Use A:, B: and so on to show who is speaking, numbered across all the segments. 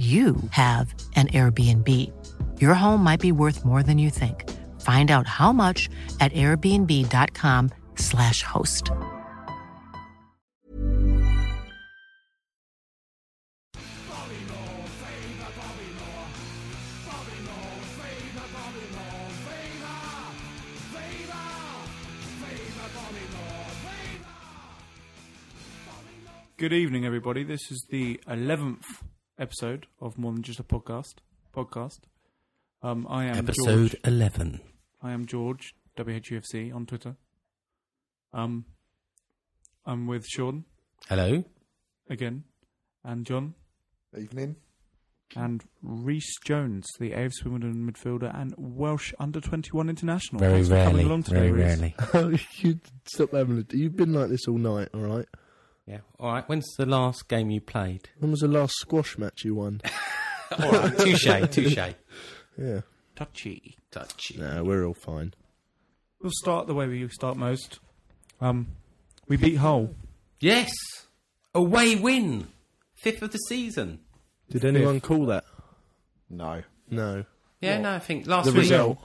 A: you have an Airbnb. Your home might be worth more than you think. Find out how much at airbnb.com/slash host.
B: Good evening, everybody. This is the eleventh episode of More Than Just a Podcast. Podcast. Um, I am
C: Episode
B: George.
C: 11.
B: I am George WHUFC on Twitter. Um, I'm with Sean
C: Hello.
B: Oh, again, and John,
D: Evening.
B: and Reese Jones, the AFC Wimbledon midfielder and Welsh under twenty one international.
C: Very
B: Thanks for coming
C: rarely.
B: along today,
C: very
B: Reece.
C: rarely.
D: you stop having a. You've been like this all night, all right?
C: Yeah. All right. When's the last game you played?
D: When was the last squash match you won?
C: All right. Touche. Touche.
D: Yeah.
B: Touchy.
C: Touch.
D: No, we're all fine.
B: We'll start the way we start most. Um, we beat Hull.
C: Yes. Away win. Fifth of the season.
D: Did anyone call that? No. No.
C: Yeah. No, I think last
D: The
C: week.
D: result.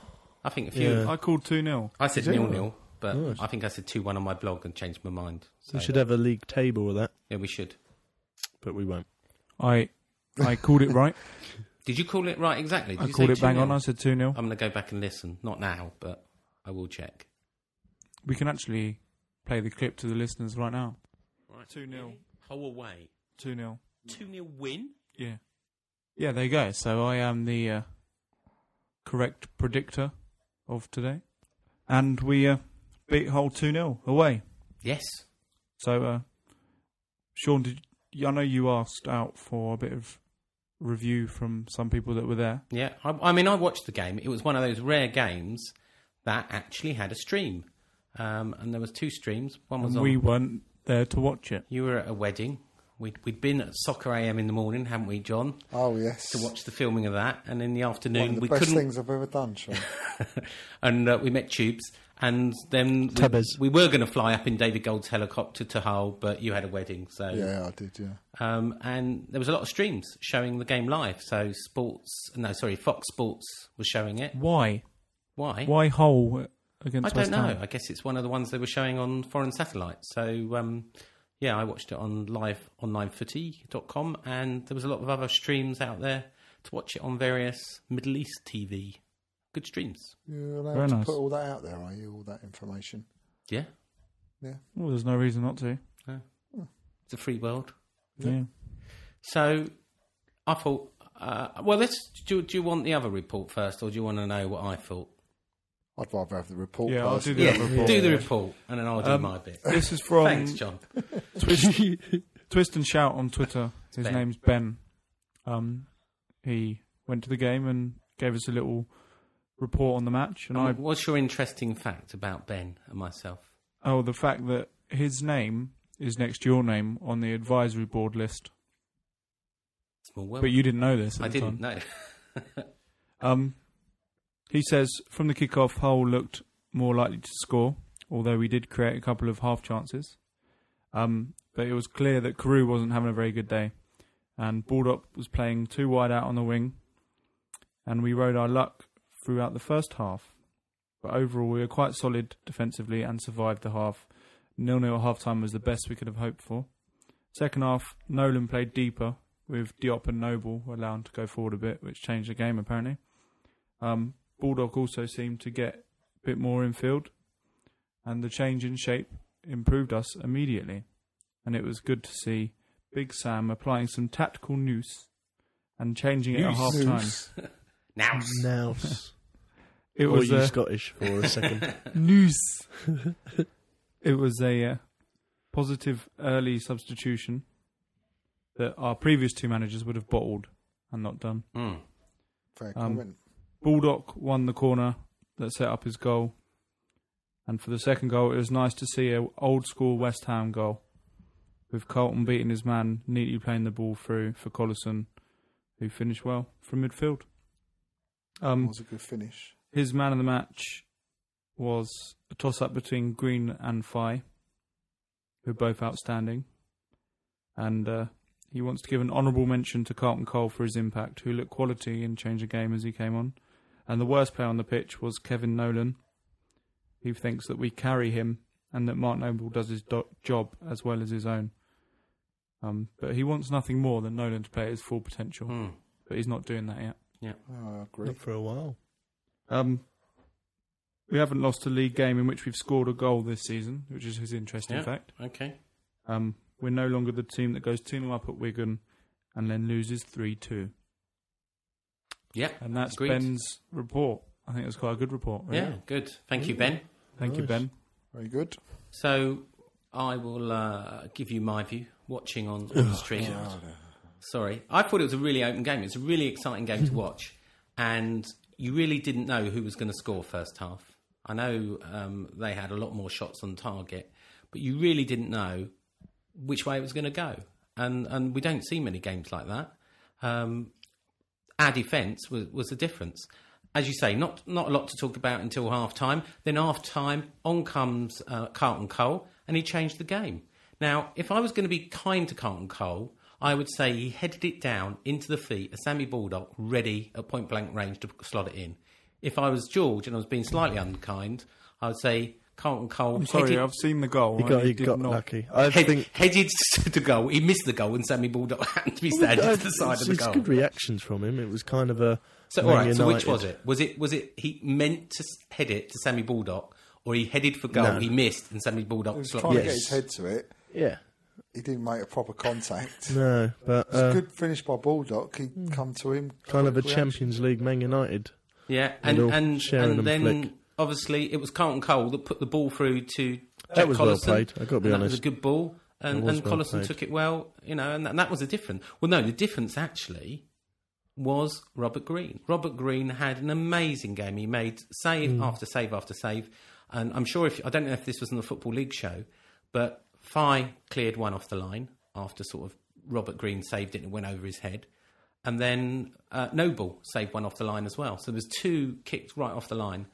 C: I think a few.
D: Yeah.
B: I called two 0
C: I said nil nil, but
D: Nice.
C: I think I said two one on my blog and changed my mind. So
D: We should have a league table with that,
C: yeah, we should.
D: but we won't.
B: I I called it right.
C: Did you call it right exactly? Did
B: I
C: you
B: called
C: say
B: it bang
C: 2-0?
B: on. I said two 0
C: I'm going to go back and listen. Not now, but I will check.
B: We can actually play the clip to the listeners right now. Two 0
C: Hull away.
B: Two 0
C: Two 0 win.
B: Yeah. Yeah, there you go. So I am the uh, correct predictor of today, and we uh, beat Hull two 0 away.
C: Yes.
B: So, uh, Sean, did you, I know you asked out for a bit of review from some people that were there?
C: Yeah, I, I mean, I watched the game. It was one of those rare games that actually had a stream, um, and there was two streams. One was
B: And
C: on.
B: we weren't there to watch it.
C: You were at a wedding. We'd we'd been at Soccer AM in the morning, hadn't we, John?
E: Oh yes,
C: To watch the filming of that, and in the afternoon
E: one of the
C: we
E: best
C: couldn't.
E: things I've ever done. Sean.
C: and uh, we met Tubes, and then we-
D: Tubbers.
C: we, were going to fly up in David Gold's helicopter to Hull, but you had a wedding, so
E: yeah, I did. Yeah,
C: Um, and there was a lot of streams showing the game live. So sports, no, sorry, Fox Sports was showing it.
B: Why?
C: Why?
B: Why Hull
C: I
B: against
C: don't
B: West
C: know.
B: Ham?
C: I guess it's one of the ones they were showing on foreign satellites. So um, yeah, I watched it on live onlinefooty.com and there was a lot of other streams out there to watch it on various Middle East TV. Good streams.
E: you're allowed
B: Very
E: to
B: nice.
E: put all that out there, are you? All that information.
C: Yeah.
E: Yeah,
B: Well, there's no reason not to.
C: It's a free world.
B: Yeah.
C: So I thought uh, well, let's. Do, do you want the other report first, or do you want to know what I thought?
E: I'd rather have the report.
B: Yeah, I'll
E: first.
B: do the other report.
C: do the report, and then I'll do my bit.
B: This is from
C: Thanks, John.
B: Twist, Twist and Shout on Twitter. His
C: Ben.
B: name's Ben. Um, he went to the game and gave us a little report on the match. And I,
C: What's your interesting fact about Ben and myself?
B: oh, the fact that his name is next to your name on the advisory board list,
C: Small world.
B: but you didn't know this. At
C: I
B: the
C: didn't
B: Time.
C: know.
B: Um, he says from the kickoff, Hull looked more likely to score, although we did create a couple of half chances. Um, but it was clear that Carew wasn't having a very good day, and Baldock was playing too wide out on the wing, and we rode our luck throughout the first half. But overall, we were quite solid defensively and survived the half. Nil nil half time was the best we could have hoped for. Second half, Nolan played deeper with Diop and Noble allowing to go forward a bit, which changed the game apparently. Um, Bulldog also seemed to get a bit more infield, and the change in shape improved us immediately. And it was good to see Big Sam applying some tactical nous and changing it at
C: Nous.
B: half time.
C: Now,
D: Nouse.
B: It
D: or
B: was
D: you
C: uh,
B: a
D: Scottish for a second.
B: nous. it was a uh, positive early substitution that our previous two managers would have bottled and not done.
C: mm.
E: Fair
B: Um,
E: comment.
B: Baldock won the corner that set up his goal. And for the second goal, it was nice to see a old school West Ham goal with Colton beating his man, neatly playing the ball through for Collison, who finished well from midfield.
E: That
B: Um,
E: was a good finish.
B: his man of the match was a toss up between Green and Fye, who are both outstanding. And uh, he wants to give an honourable mention to Carlton Cole for his impact, who looked quality and changed the game as he came on. And the worst player on the pitch was Kevin Nolan. He thinks that we carry him and that Mark Noble does his do- job as well as his own. Um, but he wants nothing more than Nolan to play at his full potential,
C: Mm.
B: but he's not doing that yet.
E: Oh, I agree.
D: Not for a while.
B: Um, we haven't lost a league game in which we've scored a goal this season, which is his interesting
C: Yeah.
B: fact.
C: Okay.
B: Um, we're no longer the team that goes 2 0 up at Wigan and then loses 3 2.
C: Yeah.
B: And that's
C: Agreed.
B: Ben's report. I think it's quite a good report. really.
C: Yeah. Good. Thank you, Ben.
B: Thank you,
D: Nice.
B: Ben.
E: Very good.
C: So I will uh, give you my view watching on, on
B: Oh,
C: the stream. Sorry, I thought it was a really open game. It's a really exciting game to watch, and you really didn't know who was going to score first half. I know um, they had a lot more shots on target, but you really didn't know which way it was going to go. And and we don't see many games like that. Um, our defence was, was the difference. As you say, not not a lot to talk about until half time. Then half time, on comes uh, Carlton Cole, and he changed the game. Now, if I was going to be kind to Carlton Cole, I would say he headed it down into the feet of Sammy Baldock, ready at point blank range to slot it in. If I was George and I was being slightly unkind, I would say Carlton Cole.
B: I'm sorry,
C: headed-
B: I've seen the goal.
D: You
B: and
D: got,
B: he
D: you
B: did
D: got
B: not-
D: lucky. I
C: Head,
D: think.
C: headed to goal. He missed the goal, and Sammy Baldock happened to be standing to the side
D: it's,
C: of the
D: Oh, it's
C: goal.
D: good reactions from him. It was kind of a.
C: So,
D: Man
C: all right. So, which
D: United.
C: was it? Was it was it he meant to s- head it to Sammy Baldock, or he headed for goal,
D: No.
C: he missed, and Sammy
E: He
C: Baldock
E: was
C: slotted
E: trying to
C: it?
E: get
D: Yes.
E: his head to it.
D: Yeah.
E: He didn't make a proper contact.
D: No, but
E: It's a
D: uh,
E: good finish by Baldock. He would come to him.
D: kind of a
E: reaction.
D: Champions League Man United.
C: Yeah, and
D: And all
C: and
D: sharing
C: and
D: and
C: then
D: flick.
C: obviously it was Carlton Cole that put the ball through to
D: That
C: Jack
D: was well
C: Collison,
D: played, I've got to
C: and
D: be
C: That was a
D: honest.
C: good ball, and,
D: It was
C: and
D: well
C: Collison
D: played.
C: took it well, you know, and, that- and that was the difference. Well, no, the difference actually was Robert Green. Robert Green had an amazing game. He made save
D: Mm.
C: after save after save, and I'm sure if I don't know if this was on the Football League show, but Phi cleared one off the line after sort of Robert Green saved it and it went over his head. And then uh, Noble saved one off the line as well. So there was two kicked right off the line,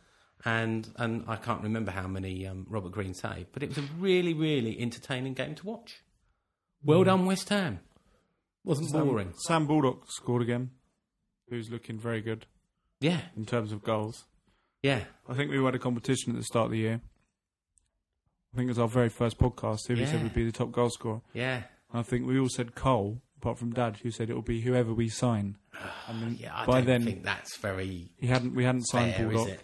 C: and and I can't remember how many um, Robert Green saved, but it was a really really entertaining game to watch. Well done, West Ham. Mm. Wasn't boring.
B: Sam, Sam Baldock scored again, who's looking very good
C: Yeah,
B: in terms of goals.
C: yeah,
B: I think we had a competition at the start of the year. I think it was our very first podcast. Who we said
C: Yeah.
B: would be the top goal scorer.
C: yeah.
B: I think we all said Cole, apart from Dad, who said it'll be whoever we sign. And then
C: Yeah, I
B: by
C: don't
B: then
C: think that's very
B: he hadn't we hadn't signed
C: fair, is
B: Bulldog.
C: it?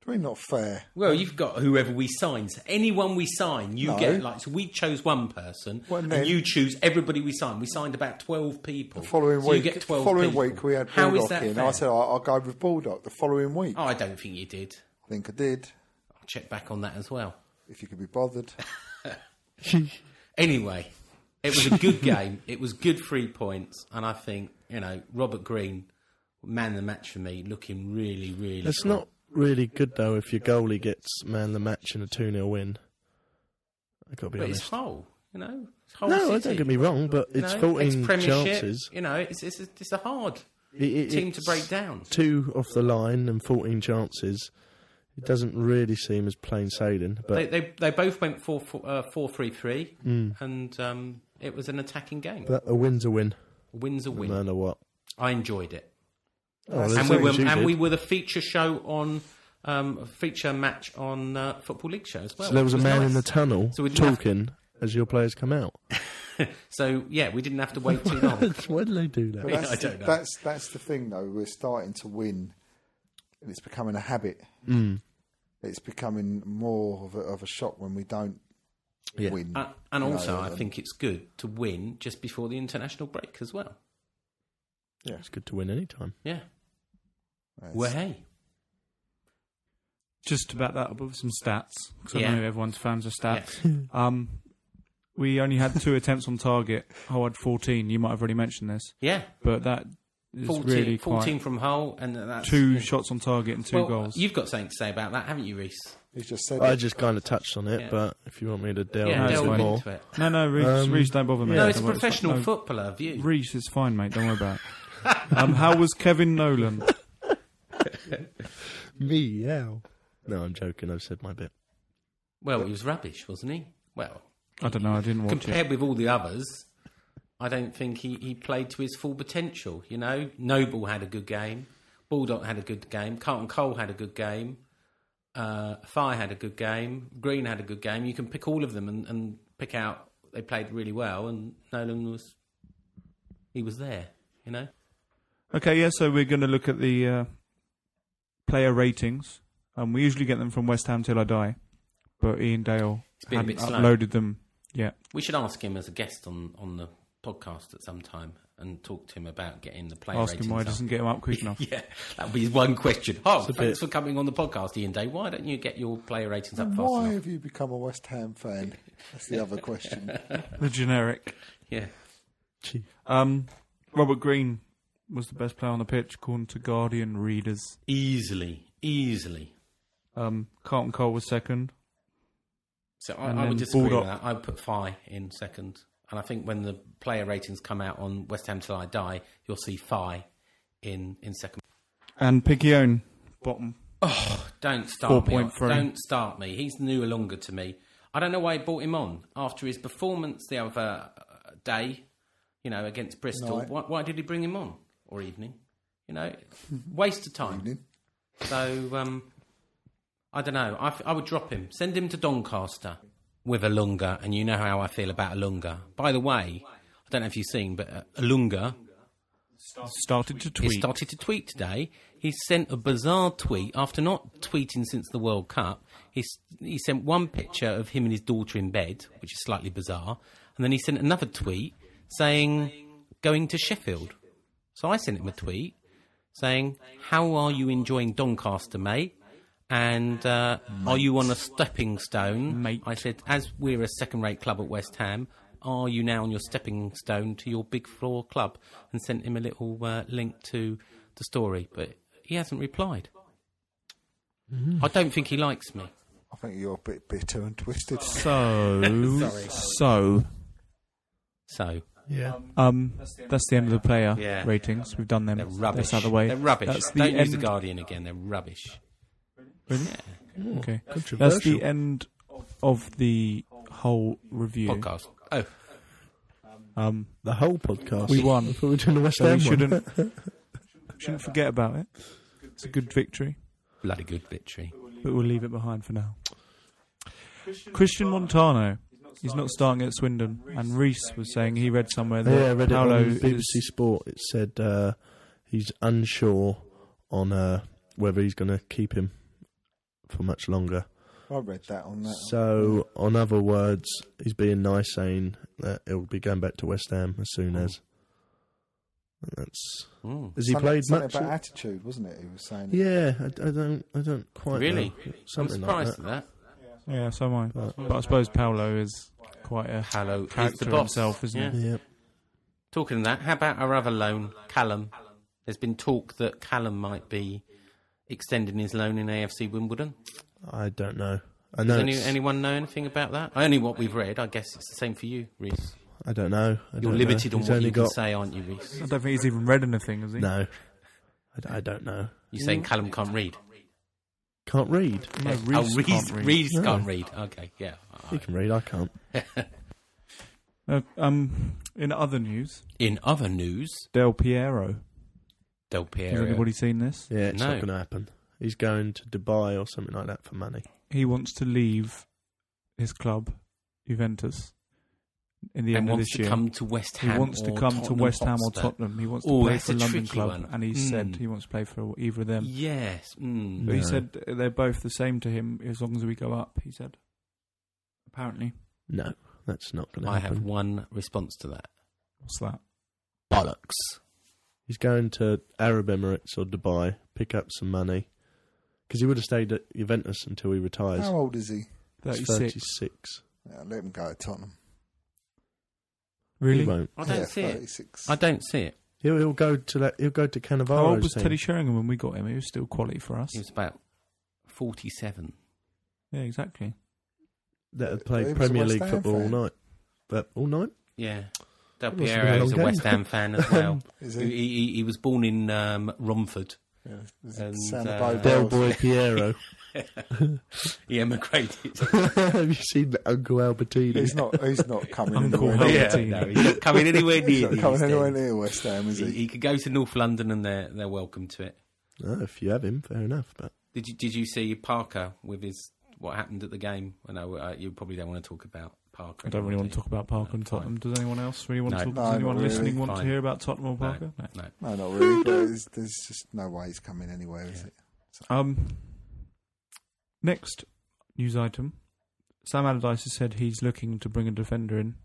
E: Probably not fair.
C: Well, you've got whoever we sign. So anyone we sign, you
E: No.
C: get like. So we chose one person,
E: Well,
C: and
E: then-
C: you choose everybody we signed. We signed about twelve people.
E: The following
C: so
E: week,
C: you get twelve.
E: following
C: people.
E: week we had
C: How is
E: Baldock
C: that
E: in.
C: fair?
E: I said "Oh, I, I'll go with Baldock the following week.
C: Oh, I don't think you did.
E: I think I did.
C: I'll check back on that as well.
E: If you could be bothered,
C: Anyway, it was a good game. It was good three points, and I think you know Robert Green, man of the match for me, looking really, really.
D: It's
C: good.
D: not really good though if your goalie gets man the match in a 2 0 win. I got to be
C: but it's
D: honest.
C: whole, you know. It's whole
D: No, I
C: City.
D: don't get me wrong, but
C: You
D: it's
C: know,
D: 14
C: ex-Premiership,
D: chances.
C: You know, it's it's, it's a hard
D: It- it-
C: team to
D: it's
C: break down.
D: Two off the line and 14 chances. It doesn't really seem as plain sailing, but Mm.
C: they, they they both went four four, uh, four three three, and um, it was an attacking game.
D: that, a win's a win,
C: Wins a
D: no
C: win.
D: matter what.
C: I enjoyed it,
D: Oh,
E: And
D: there's
C: and we
D: no
C: were
D: issues,
C: and we
D: Ed.
C: were the feature show on um, feature match on uh, Football League show as well.
D: So there was a
C: which
D: man in the
C: nice.
D: tunnel
C: So we didn't have-
D: talking as your players come out.
C: So yeah, we didn't have to wait too long.
D: Why do they do
E: But
D: that?
C: Yeah,
E: that's,
C: I
E: the,
C: don't know.
E: that's that's the thing though. We're starting to win, and it's becoming a habit.
D: Hmm.
E: It's becoming more of a, of a shock when we don't
D: Yeah.
E: win.
C: Uh, and
E: You know,
C: also, I
E: um,
C: think it's good to win just before the international break as well.
E: yeah,
D: It's good to win any time.
C: Yeah.
E: that's-
C: Well, hey.
B: Just about that, above some stats because
C: Yeah.
B: I know everyone's fans of stats. Um, we only had two attempts on target. Hull had 14. You might have already mentioned this,
C: Yeah.
B: but that is
C: 14,
B: really
C: 14
B: quite
C: from Hull, and that's
B: two
C: yeah.
B: shots on target and two
C: Well,
B: goals.
C: You've got something to say about that, haven't you, Reese?
E: He's just said
D: I
E: it.
D: just kind of touched on it,
C: Yeah.
D: but if you want me to delve
C: yeah,
B: that's
D: into
C: delve
B: fine.
D: more,
C: into it.
B: No, no, Reese,
D: Um,
B: Reese don't bother me.
D: Yeah,
C: no, it's a
B: Don't worry.
C: professional
B: No,
C: footballer view.
B: Reese, it's fine, mate. Don't worry about it. Um, how was Kevin Nolan?
D: meow. No, I'm joking. I've said my bit.
C: well, he was rubbish, wasn't he? Well,
B: I don't know. I didn't watch it.
C: compared with all the others, I don't think he, he played to his full potential. You know, Noble had a good game, Bulldog had a good game, Carlton Cole had a good game, uh, Fire had a good game, Green had a good game. You can pick all of them and, and pick out they played really well, and Nolan was he was there. You know,
B: Okay, yeah. So we're going to look at the uh, player ratings. Um, we usually get them from West Ham till I die, but Ian Dale
C: It's been a
B: hadn't
C: bit slow.
B: uploaded them yet.
C: we should ask him as a guest on on the podcast at some time and talk to him about getting the player.
B: Ask him why he
C: ratings up.
B: doesn't get them up quick enough.
C: Yeah, that would be his one question. Oh,
D: a
C: thanks
D: bit-
C: for coming on the podcast, Ian Day. Why don't you get your player ratings up fast
E: Why
C: enough?
E: have you become a West Ham fan? That's the other question.
B: The generic.
C: Yeah,
D: Gee.
B: Um, Robert Green was the best player on the pitch, according to Guardian readers.
C: easily, easily.
B: Um, Carlton Cole was second.
C: So I,
B: And
C: I would
B: then
C: disagree with
B: Bulldog.
C: that. I would put Phi in second, and I think when the player ratings come out on West Ham Till I Die, you'll see Phi in in second.
B: And Piquion, bottom.
C: Don't start me.
B: 4.3.
C: Don't start me. He's new longer to me. I don't know why he brought him on after his performance the other uh, day. You know, against Bristol.
E: Night.
C: Why, why did he bring him on or evening? You know, waste of time.
E: Evening.
C: So um, I don't know. I, f- I would drop him. Send him to Doncaster with Alunga, and you know how I feel about Alunga. By the way, I don't know if you've seen, but uh, Alunga
B: Started to
C: he
B: tweet.
C: started to tweet today. He sent a bizarre tweet after not tweeting since the World Cup. He s- he sent one picture of him and his daughter in bed, which is slightly bizarre, and then he sent another tweet saying going to Sheffield. So I sent him a tweet saying, "How are you enjoying Doncaster, mate?" And uh, are you on a stepping stone?
B: Mate.
C: I said, as we're a second-rate club at West Ham, are you now on your stepping stone to your big floor club? And sent him a little uh, link to the story, but he hasn't replied.
B: Mm-hmm.
C: I don't think he likes me.
E: I think you're a bit bitter and twisted.
B: so, so,
C: So
D: Yeah.
B: um, that's the end of the player
C: Yeah.
B: ratings. We've done them.
C: they're rubbish.
B: That's out of the way.
C: They're rubbish.
B: That's the
C: don't
B: end.
C: use the Guardian again. They're rubbish.
B: Really? Okay.
D: Controversial.
B: That's the end of the whole review.
C: Podcast. Oh,
B: Um,
D: The whole podcast.
B: We won.
D: I thought we were doing the West
B: so
D: Ham
B: we
D: one.
B: shouldn't shouldn't forget about it. It's a good victory,
C: bloody good victory.
B: but we'll leave it behind for now. Christian Montano. He's not starting at Swindon, and Reese was saying he read somewhere that
D: Yeah, I read it
B: Paolo
D: on BBC
B: is
D: Sport. It said uh, he's unsure on uh, whether he's going to keep him for much longer.
E: I read that on that.
D: So, on other words, he's being nice, saying that he'll be going back to West Ham as soon as. And That's
C: Mm.
D: has he
E: Something-
D: played
E: something
D: much?
E: about attitude, wasn't it? He was saying.
D: Yeah, I, I don't, I don't quite
C: Really?
D: know.
C: I'm
D: Something like
C: surprised
D: that.
C: at that.
B: yeah, so am I. But I suppose Paolo is quite a
C: Hello, he's
B: character
C: the boss.
B: himself, isn't
C: yeah.
B: he?
D: Yeah,
C: Talking of that, how about our other loan, Callum? There's been talk that Callum might be extending his loan in AFC Wimbledon.
D: I don't know. I know.
C: Does any,
D: it's-
C: anyone know anything about that? Only what we've read. I guess it's the same for you, Reese.
D: I don't know. I
C: You're
D: don't
C: limited
D: know.
C: on
D: He's
C: what
D: only
C: you
D: got,
C: can say, aren't you, Reese?
B: I don't think he's even read anything, has he?
D: No, I d- I, don't know.
C: You're
B: Mm.
C: saying Callum can't read.
D: Can't read.
B: No, Reese
C: oh, Reese
B: can't read.
C: Reese
D: No.
C: can't read. Okay, yeah.
D: You can read. I can't.
B: Uh, um, in other news,
C: In other news,
B: Del Piero.
C: Del
B: Has
C: Piero.
B: anybody seen this?
D: Yeah, it's
C: No.
D: not going to happen. He's going to Dubai or something like that for money.
B: He wants to leave his club, Juventus, in the
C: and
B: end of
C: wants
B: this
C: to
B: year.
C: come to West
B: he
C: Ham.
B: wants to
C: or
B: come
C: Tottenham
B: to West Ham or
C: Hotspur.
B: Tottenham. He wants
C: Oh,
B: to play
C: that's
B: for a
C: a
B: London
C: tricky
B: club,
C: one.
B: and he said
C: Mm.
B: he wants to play for either of them.
C: Yes. Mm.
B: But he
D: No.
B: said they're both the same to him as long as we go up. He said, apparently,
D: No, that's not going to
C: I have
D: happen.
C: one response to that.
B: what's that?
C: Bollocks.
D: He's going to Arab Emirates or Dubai, pick up some money. Because he would have stayed at Juventus until he retires.
E: How old is he?
D: He's
B: 36.
D: 36.
E: Yeah, let him go to Tottenham.
D: He
B: Really?
D: won't.
C: I don't
E: yeah,
C: see it.
E: 36.
C: I don't see it.
D: He'll, he'll go to that. He'll go to Cannavaro's
B: How old was
D: team.
B: Teddy Sheringham when we got him? He was still quality for us.
C: He was about forty-seven.
B: Yeah, exactly.
D: that had
E: He
D: played
E: was a
D: Premier
E: West
D: League
E: Ham
D: football
E: fan.
D: all night. But all night?
C: Yeah. Del
D: It must have been a
C: Piero is a
D: long
C: West
D: game.
C: Ham fan as well.
E: Is
C: he?
E: he?
C: He, he was born in um, Romford.
E: Yeah, is
C: And,
E: it San
C: uh,
E: Abode
D: Del
E: Wells?
D: Boy Piero.
C: He emigrated.
D: have you seen Uncle Albertini?
E: He's not. He's not coming
B: Uncle
E: anywhere.
B: Howard.
E: Near,
C: yeah, no, he's not coming anywhere
E: he's
C: near.
E: not
C: these
E: coming anywhere
C: things.
E: near West Ham, is
C: He,
E: he?
C: he could go to North London and they're they're welcome to it.
D: Oh, if you have him, fair enough. But
C: Did you did you see Parker with his what happened at the game? I know uh, you probably don't want to talk about Parker.
B: I don't really want to
C: do you?
B: talk about Parker and
C: No, fine.
B: Tottenham. Does anyone else really want
C: No.
B: to talk?
E: No,
B: Does
E: not
B: anyone
E: really.
B: listening want to
C: Fine.
B: hear about Tottenham or
C: No,
B: Parker? No.
C: no.
E: No, not really. But there's, there's just no way he's coming anywhere, is it?
B: Um, next news item. Sam Allardyce has said he's looking to bring a defender in.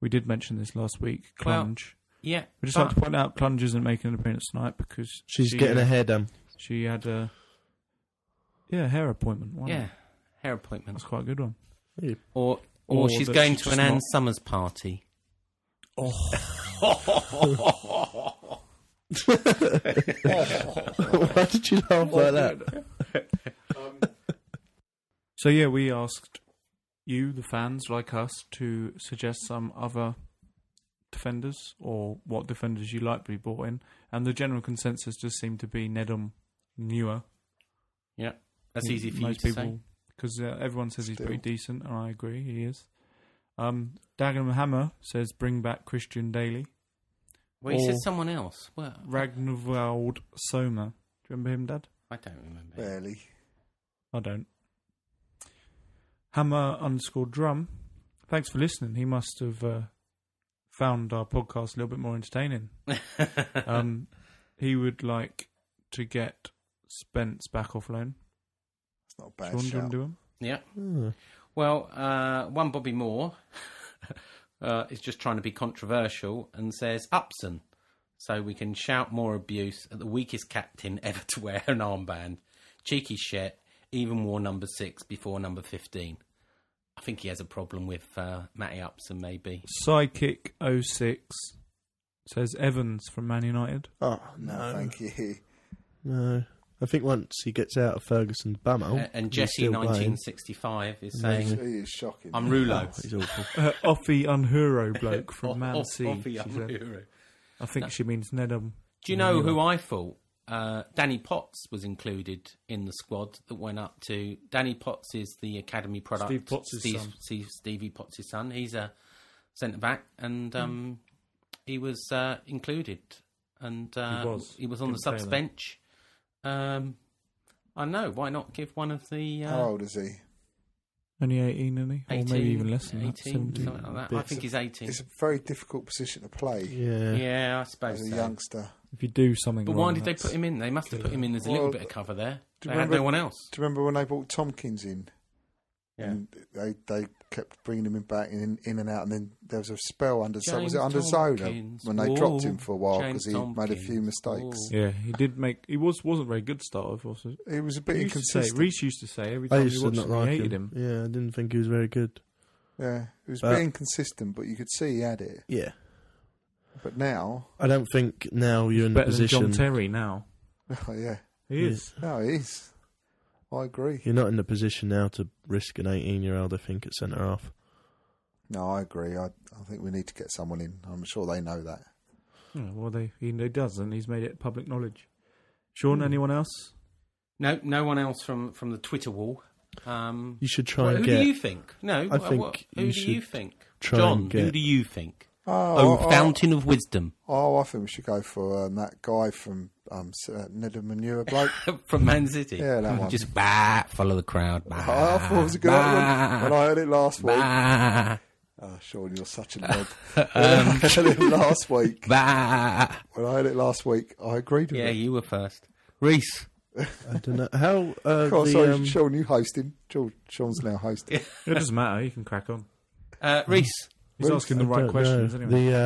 B: We did mention this last week.
C: Well,
B: Clunge.
C: Yeah,
B: we just
C: but-
B: like to point out Clunge isn't making an appearance tonight because
D: she's
B: she,
D: getting
B: uh,
D: her hair done.
B: She had a yeah hair appointment. wasn't
C: yeah,
B: it?
C: hair appointment,
B: that's quite a good one.
D: Yeah.
C: or or,
B: Or
C: she's
B: that
C: going
B: she's
C: to an
B: just
C: Anne
B: not-
C: Summers party.
B: Oh,
D: Why did you laugh like that?
B: so yeah, we asked you, the fans, like us, to suggest some other defenders or what defenders you like to be brought in, and the general consensus just seemed to be Nedum newer.
C: yeah, that's easy for you
B: Most
C: to say.
B: people, because uh, everyone says he's
E: Still.
B: pretty decent, and I agree he is. Um, Dagenham Hammer says bring back Christian Daly.
C: Well, you said
B: or-
C: someone else. Well,
B: Ragnvald Soma. Do you remember him, Dad?
C: I don't remember.
E: Barely.
B: I don't. Hammer underscore drum. Thanks for listening. He must have uh, found our podcast a little bit more entertaining. Um, he would like to get Spence back off loan.
E: It's not
B: Sean, do
E: a bad.
B: you want
E: shout.
B: to do him?
C: yeah.
D: Oh,
C: Well, uh, one Bobby Moore uh, is just trying to be controversial and says Upson, so we can shout more abuse at the weakest captain ever to wear an armband. Cheeky shit. Even wore number six before number fifteen. I think he has a problem with uh, Matty Upson, maybe.
B: Psychic 06 says Evans from Man United.
D: oh
E: No,
D: no,
E: thank you.
D: no. I think once he gets out of Ferguson's bumhole,
C: A- and
D: Oh, he's
C: Jesse,
D: still playing.
C: nineteen sixty-five, is
D: Amazing.
C: saying,
E: He is shocking.
C: "I'm
D: Oh,
C: Rulo."
D: he's awful.
B: Uh, Offie Unhuro bloke
C: Off-
B: from Man
C: off-
B: C.
C: off he
B: she
C: up,
B: said.
C: Rulo.
B: I think she means Nedum.
C: Do you know who I thought? Uh, Danny Potts was included in the squad that went up to. Danny Potts is the academy product.
B: Steve Potts'
C: Steve,
B: son.
C: Steve- Stevie Potts' son. He's a centre back,
B: Hmm.
C: and um, he was uh, included, and uh,
B: He was.
C: on the
B: Didn't play
C: subs
B: then.
C: bench. Um, I know. Why not give one of the
E: How
C: uh,
E: old is he?
B: Only 18, isn't he?
C: 18,
B: or maybe even less than
C: 18,
B: that. 17.
C: something like that. I
D: Bits
C: think
D: of-
C: he's eighteen.
E: It's a very difficult position to play
D: Yeah.
C: yeah, I
E: as
C: suppose.
E: a
C: so.
E: youngster.
B: If you do something
C: But
B: wrong,
C: why did they
B: that's-
C: put him in? They must have put him in. There's a little
E: Well,
C: bit of cover there.
E: do
C: They
E: you
C: had
E: remember-
C: no one else.
E: Do you remember when they brought Tompkins in?
C: Yeah.
E: And they they kept bringing him in back in in and out, and then there was a spell under so was it
C: James
E: under Zola
C: Tompkins.
E: when they
C: Whoa.
E: dropped him for a while
C: James
E: because he made a few
C: Tompkins.
E: mistakes.
C: Whoa.
B: Yeah, he did make. He was wasn't very good starter. Was it?
E: He was a bit
B: He used to say,
E: inconsistent.
B: Reece used to say every
D: I
B: time
D: used
B: he
D: to
B: watched
D: not
B: him,
D: like
B: he hated
D: him.
B: him.
D: Yeah, I didn't think he was very good.
E: yeah, he was a
D: But-
E: bit inconsistent, but you could see he had it.
D: Yeah.
E: But now,
D: I don't think now you're in the
B: Better than
D: position.
B: John Terry now.
E: oh yeah,
B: He is.
E: no, he is. I agree.
D: You're not in the position now to risk an 18 year old, I think, at centre half.
E: No, I agree. I I think we need to get someone in. I'm sure they know that.
B: Yeah, well, they, he, he does, and he's made it public knowledge. Sean,
D: Hmm.
B: anyone else?
C: No, no one else from from the Twitter wall. Um,
D: You should try
C: well,
D: and
C: who
D: get.
C: do you think? No,
D: I
C: wh-
D: think
C: what-
D: you
C: who do you
D: should
C: think?
D: try
C: John,
D: and
C: who
D: get-
C: do you think?
E: Oh,
C: Oh, fountain of wisdom
E: Oh, I think we should go for um, that guy from um, S- uh, Nedham Manure bloke.
C: from Man City.
E: Yeah, that one.
C: Just bah, follow the crowd. Bah,
E: I thought it was a good
C: bah,
E: one when I heard it last week.
C: bah.
E: Oh, Sean, you're such a nod.
D: Um,
E: I heard it last week.
C: Bah.
E: When I heard it last week, I agreed with
C: Yeah,
E: it.
C: you were first. Reese.
D: I don't know how. Uh,
E: Of course,
D: the,
E: sorry,
D: um,
E: Sean, you host him. Sean- Sean's now hosting.
F: It doesn't matter. You can crack on.
C: Uh, Reese.
B: He's asking the
D: I don't
B: right
D: know.
B: questions anyway.
D: The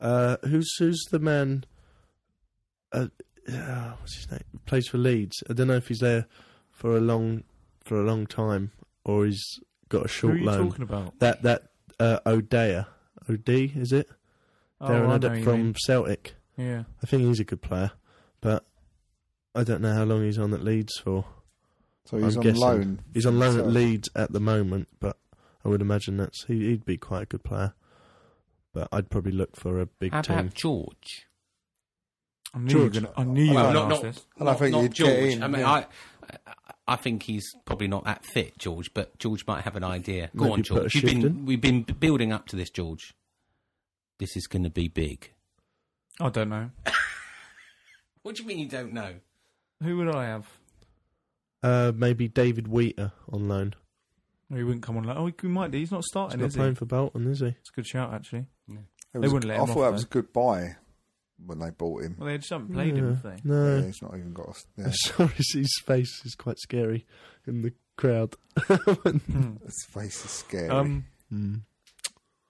D: uh, uh, who's who's the man? Uh, uh, what's his name? Plays for Leeds. I don't know if he's there for a long for a long time or he's got a
B: Who are
D: short
B: you
D: loan.
B: talking about?
D: That that uh, Odea, Od is it? Darren
B: Oh, I know
D: Odette
B: you
D: from
B: mean.
D: Celtic.
B: yeah.
D: I think he's a good player, but I don't know how long he's on at Leeds for.
E: So he's
D: I'm
E: on
D: guessing.
E: loan.
D: He's on loan
E: So-
D: at Leeds at the moment, but I would imagine that's he, he'd be quite a good player. But I'd probably look for a big
C: How
D: team.
C: about George?
B: I knew you were
E: George.
B: gonna. I knew you were
E: Well,
C: Well,
B: gonna
C: not,
B: ask
C: not,
B: this.
E: And I
C: not-
E: think
C: not
E: you'd get
C: George.
E: in,
C: I mean,
E: yeah.
C: I, I think he's probably not that fit, George, but George might have an idea. Go
D: Maybe
C: on,
D: put a
C: George. You've
D: shift
C: been,
D: in.
C: We've been b- building up to this, George. This is going to be big.
B: I don't know.
C: What do you mean you don't know?
B: Who would I have?
D: Uh, maybe David Wheater on loan.
B: He wouldn't come on. Like, oh, he might. do. He's not
D: He's
B: starting,
D: not
B: is he?
D: playing for Bolton, is he?
B: It's a good shout, actually.
E: It
B: They
E: was-
B: wouldn't let
E: I
B: him
E: thought
B: off,
E: that was a
B: though.
E: good buy when they bought him.
B: Well, they just haven't played him, have
D: Yeah.
B: they?
D: No.
E: Yeah, he's not even got us. Yeah,
D: Sorry, his face is quite scary in the crowd.
E: his face is scary.
B: Um.
D: Mm.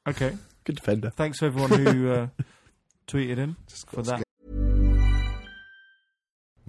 B: Okay.
D: Good defender.
B: Thanks to everyone who uh, tweeted in
E: Just
B: for
E: got
B: that.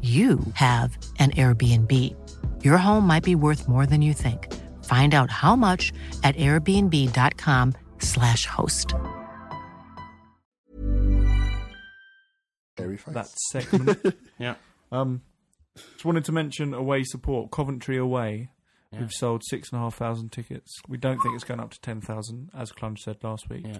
A: you have an Airbnb. Your home might be worth more than you think. Find out how much at airbnb.com/slash host.
E: scary face.
B: That segment.
C: Yeah.
B: Um, just wanted to mention away support. Coventry away.
C: Yeah.
B: We've sold six and a half thousand tickets. We don't think it's going up to ten thousand, as Clunge said last week.
C: Yeah.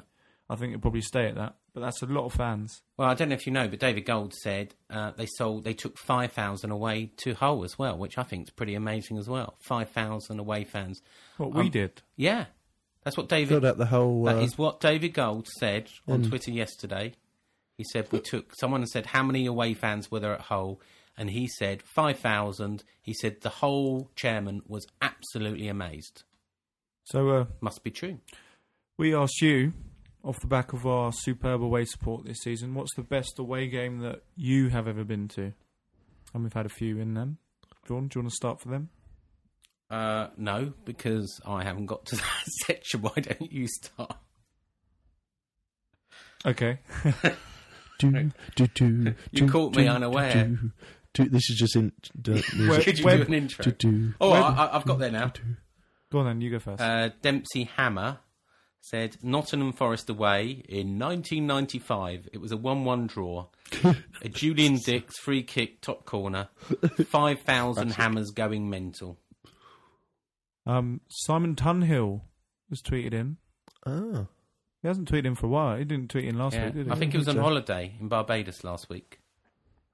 B: I think it'll probably stay at that. But that's a lot of fans.
C: Well, I don't know if you know, but David Gold said uh, they sold, they took 5,000 away to Hull as well, which I think is pretty amazing as well. 5,000 away fans.
B: What we
C: Um,
B: did.
C: Yeah. That's what David
D: Got out the whole. Uh,
C: That is what David Gold said on
D: Mm.
C: Twitter yesterday. He said we took someone said how many away fans were there at Hull, and he said five thousand. He said the whole chairman was absolutely amazed.
B: So uh,
C: Must be true.
B: we asked you, off the back of our superb away support this season, what's the best away game that you have ever been to? And we've had a few in them. John, do you want to start for them?
C: Uh, no, because I haven't got to that section. Why don't you start?
B: Okay.
D: do, do, do,
C: You
D: do,
C: caught me
D: do,
C: unaware.
D: do, do. This is just in. Do, music.
C: Could you
B: Where-
C: do an intro?
D: Do, do.
C: Oh, I, I- I've got there now.
B: Go on then, you go first.
C: Uh, Dempsey Hammer said Nottingham Forest away in 1995. It was a 1 1 draw. a Julian Dix free kick, top corner. 5,000 hammers going mental.
B: Um, Simon Tunhill was tweeted in.
D: Ah,
B: He hasn't tweeted in for a while. He didn't tweet in last
C: Yeah.
B: week, did he?
C: I think he was on
D: Yeah.
C: holiday in Barbados last week.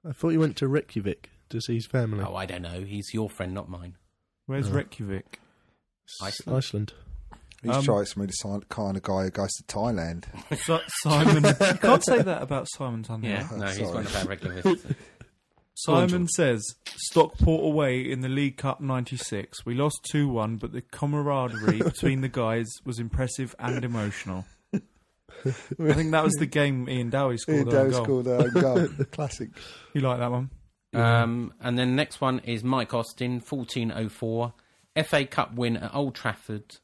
D: I thought you went to Reykjavik to see his family.
C: Oh, I don't know. He's your friend, not mine.
B: Where's
D: Yeah.
B: Reykjavik?
D: S-
C: Iceland.
D: Iceland.
E: He
B: Um,
E: strikes me as the si- kind of guy who goes to Thailand.
B: Si- Simon, you can't say that about Simon Tanner.
C: Yeah, no, he's
E: Sorry.
C: one of our regular visitors.
B: Simon says Stockport away in the League Cup '96. We lost two one, but the camaraderie between the guys was impressive and emotional. I think that was the game Ian Dowie scored.
E: Ian
B: their own
E: Doe
B: goal.
E: scored their own goal. uh, Classic.
B: You like that one?
C: Um, and then the next one is Mike Austin, 1404. FA Cup win at Old Trafford.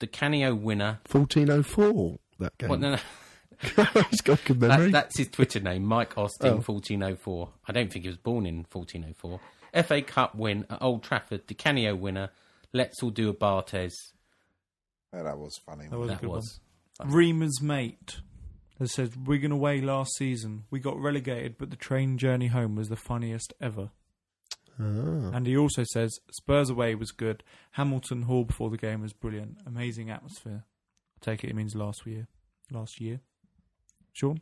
C: The Canio winner.
D: 1404, that game.
C: What, no, no.
D: He's got good memory.
C: That, that's his Twitter name, Mike Austin,
B: Oh.
C: 1404. I don't think he was born in 1404. FA Cup win at Old Trafford. The Canio winner. Let's all do a Bartez.
E: Yeah, that was funny.
B: That was a
C: That
B: good one.
C: was.
B: Reema's mate has said Wigan away last season. We got relegated, but the train journey home was the funniest ever.
E: Oh.
D: Ah.
B: And he also says Spurs away was good. Hamilton Hall before the game was brilliant. Amazing atmosphere. I take it it means last year. Last year. Sean?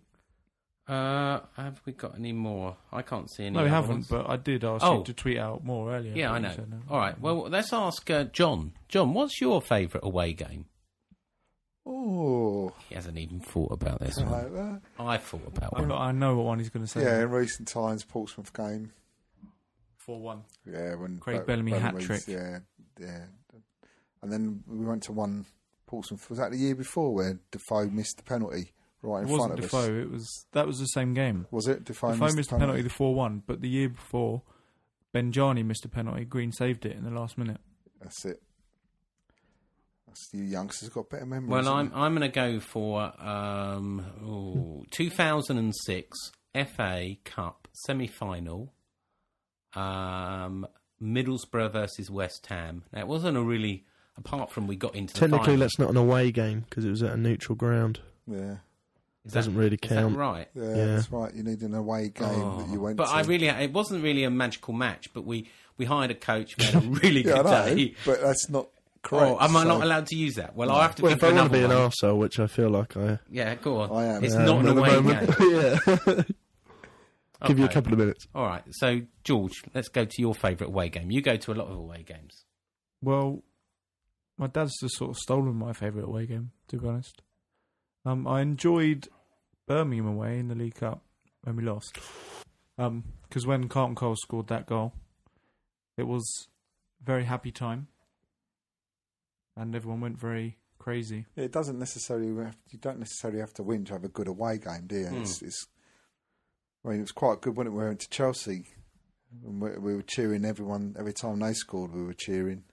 C: Uh, have we got any more? I can't see any.
B: No, we
C: other
B: haven't,
C: ones.
B: but I did ask
C: Oh.
B: you to tweet out more earlier.
C: yeah,
B: but
C: I
B: you
C: know.
B: said no.
C: All right. Well, let's ask uh, John. John, what's your favourite away game?
E: Oh,
C: He hasn't even thought about this
E: I
C: one.
E: like that.
C: I thought about
B: I
C: one.
B: know- I know what one he's going to say.
E: Yeah, in recent times, Portsmouth game.
B: 4 1.
E: Yeah, when
B: Craig
E: Be-
B: Bellamy
E: Bellamy's-
B: hat-trick.
E: Yeah, yeah. And then we went to one Portsmouth. Was that the year before where Defoe missed the penalty right
B: It
E: in
B: wasn't
E: front of us?
B: Defoe. It was, that was the same game.
E: Was it Defoe,
B: Defoe missed the penalty, the 4 1, but the year before, Benjani missed a penalty. Green saved it in the last minute.
E: That's it. That's you youngsters got better memories.
C: Well, I'm
E: haven't
C: I'm going to go for um, ooh, 2006 FA Cup semi-final, um, Middlesbrough versus West Ham. Now it wasn't a really apart from we got into the
D: Technically,
C: final.
D: that's not an away game because it was at a neutral ground.
E: you? Yeah.
C: Is
D: doesn't really
C: is that
D: count.
C: right?
E: yeah,
D: Yeah.
E: that's right. You need an away game that you went
C: Oh, but
E: to.
C: I really it wasn't really a magical match. But we we hired a coach. We had a really
E: yeah,
C: good
E: I know,
C: day.
E: but that's not correct.
C: Oh, am I
E: so-
C: not allowed to use that? Well, I have to
D: Well,
C: think
D: if
C: of
D: I want
C: another
D: to be an
C: one.
D: arsehole, which I feel like I
C: Yeah, go on.
E: I am.
C: It's
E: Yeah,
C: not an
D: am at the
C: away
D: moment.
C: game.
D: yeah. Give you a
C: Okay.
D: couple of minutes.
C: All right, so George, let's go to your favourite away game. You go to a lot of away games.
B: Well, my dad's just sort of stolen my favourite away game, to be honest. Um, I enjoyed Birmingham away in the League Cup when we lost. Because when Carlton Cole scored that goal, it was a very happy time. And everyone went very crazy.
E: It doesn't necessarily. Have, you don't necessarily have to win to have a good away game, do you? It's,
C: Hmm.
E: it's. I mean, it was quite good when it went to Chelsea. And we, we were cheering everyone every time they scored. We were cheering.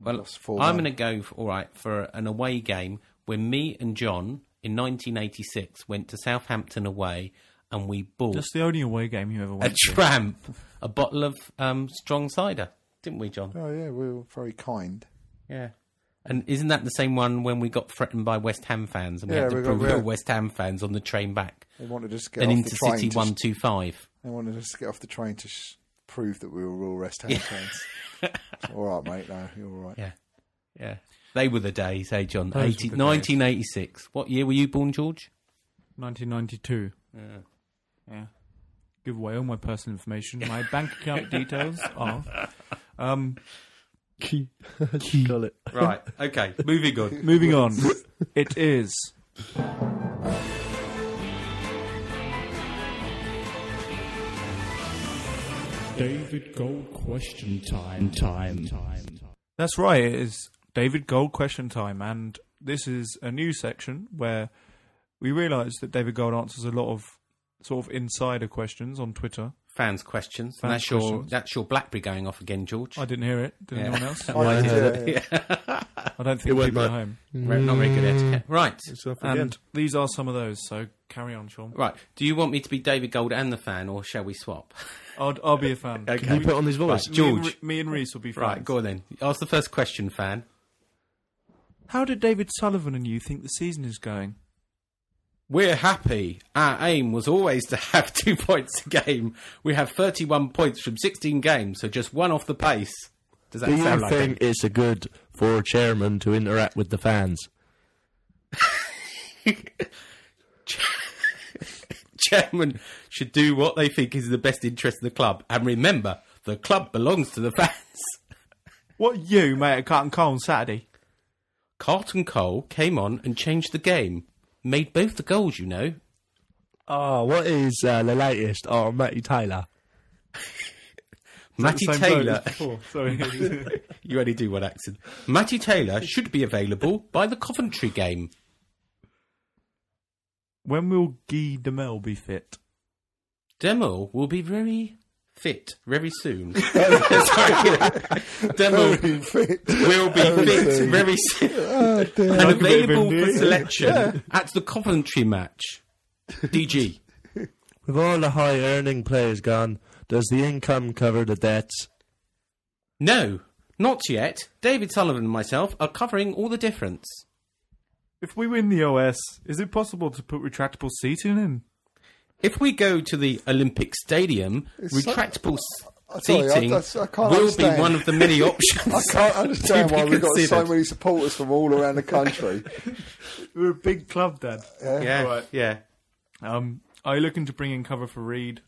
C: Well,
E: Lost 4-1.
C: I'm going to go, for, all right, for an away game when me and John in 1986 went to Southampton away and we bought
B: That's the only away game you ever
C: a
B: went to.
C: tramp, a bottle of um, strong cider, didn't we, John?
E: Oh yeah, we were very kind.
C: Yeah. And isn't that the same one when we got threatened by West Ham fans and we
E: Yeah,
C: had to
E: we got-
C: prove we were
E: yeah.
C: West Ham fans on the train back
E: They wanted us to get
C: and
E: off
C: into
E: the train.
C: City
E: to,
C: 125?
E: They wanted us to get off the train to sh- prove that we were all West Ham fans. It's all right, mate. No, you're all right.
C: Yeah. Yeah. They were the days, hey, John?
B: Those were
C: 80,
B: the days.
C: 1986. What year were you born, George?
B: 1992.
C: Yeah.
B: Yeah. Give away all my personal information. My bank account details are. Um,
D: Key. Got it.
C: Right. Okay. Moving on.
B: Moving on. It is.
G: David Gold question time. Time. Time.
B: That's right. It is David Gold question time, and this is a new section where we realise that David Gold answers a lot of sort of insider questions on Twitter.
C: Fans' questions.
B: Fans'
C: that's your
B: questions.
C: that's your BlackBerry going off again, George.
B: I didn't hear it. Did
C: Yeah.
B: anyone else?
E: I did, yeah, yeah.
B: I don't
D: It
B: think
D: went
B: people at
D: like-
B: home.
C: Right, Not very good etiquette. Right.
D: It's off again.
B: And these are some of those. So carry on, Sean.
C: Right. Do you want me to be David Gold and the fan, or shall we swap?
B: I'll, I'll be a fan.
D: Can you put on his voice?
C: Right.
B: Me and
C: George.
B: Re- me and Reese will be friends.
C: Right. Go on then. Ask the first question, fan.
B: How did David Sullivan and you think the season is going?
C: We're happy. Our aim was always to have two points a game. We have 31 points from 16 games, so just one off the pace. Does that
D: Do
C: sound
D: you
C: like
D: think it's a good for a chairman to interact with the fans?
C: chairman should do what they think is in the best interest of the club. And remember, the club belongs to the fans.
B: What you mate at Carton Cole on Saturday?
C: Carlton Cole came on and changed the game. Made both the goals, you know.
D: Oh, what is uh, the latest
C: Oh,
D: on Matty Taylor?
C: Matty
B: Same bloke
C: Taylor.
B: as before, Sorry.
C: you only do one accent. Matty Taylor should be available by the Coventry game.
B: when will Guy Demel be fit?
C: Demo will be very fit very soon. Sorry. Demo
E: Very fit.
C: will be fit
E: soon.
C: very soon.
E: Oh, dear.
C: and
B: Like
C: available
B: Raven
C: for
B: did.
C: selection at the Coventry match. DG.
D: With all the high earning players gone, does the income cover the debts?
C: No, not yet. David Sullivan and myself are covering all the difference.
B: If we win the OS, is it possible to put retractable seating in?
C: If we go to the Olympic Stadium,
E: It's so-
C: retractable
E: I- I tell you, I-
C: seating
E: I- I can't
C: will
E: understand.
C: be one of the many
E: I
C: options.
E: can't understand
C: to
E: why
C: be
E: we've got so
C: considered.
E: many supporters from all around the country.
B: We're a big club, Dad.
C: Yeah,
B: Right.
C: yeah.
B: Um, are you looking to bring in cover for Reed?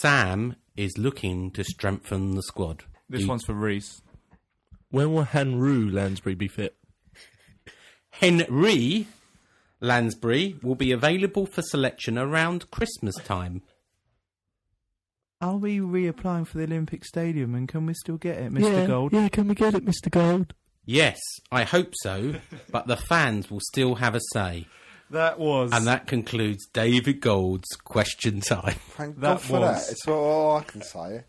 C: Sam is looking to strengthen the squad.
B: This
C: He-
B: one's for Reese.
D: When will Henry Lansbury be fit?
C: Henry Lansbury will be available for selection around Christmas time.
B: Are we reapplying for the Olympic Stadium and can we still get it,
D: yeah, Yeah, can we get it, Mr. Gold?
C: Yes, I hope so, but the fans will still have a say.
B: That was.
C: And that concludes David Gold's question time.
E: Thank
B: That
E: God for
B: was-
E: that. It's all oh, I can say.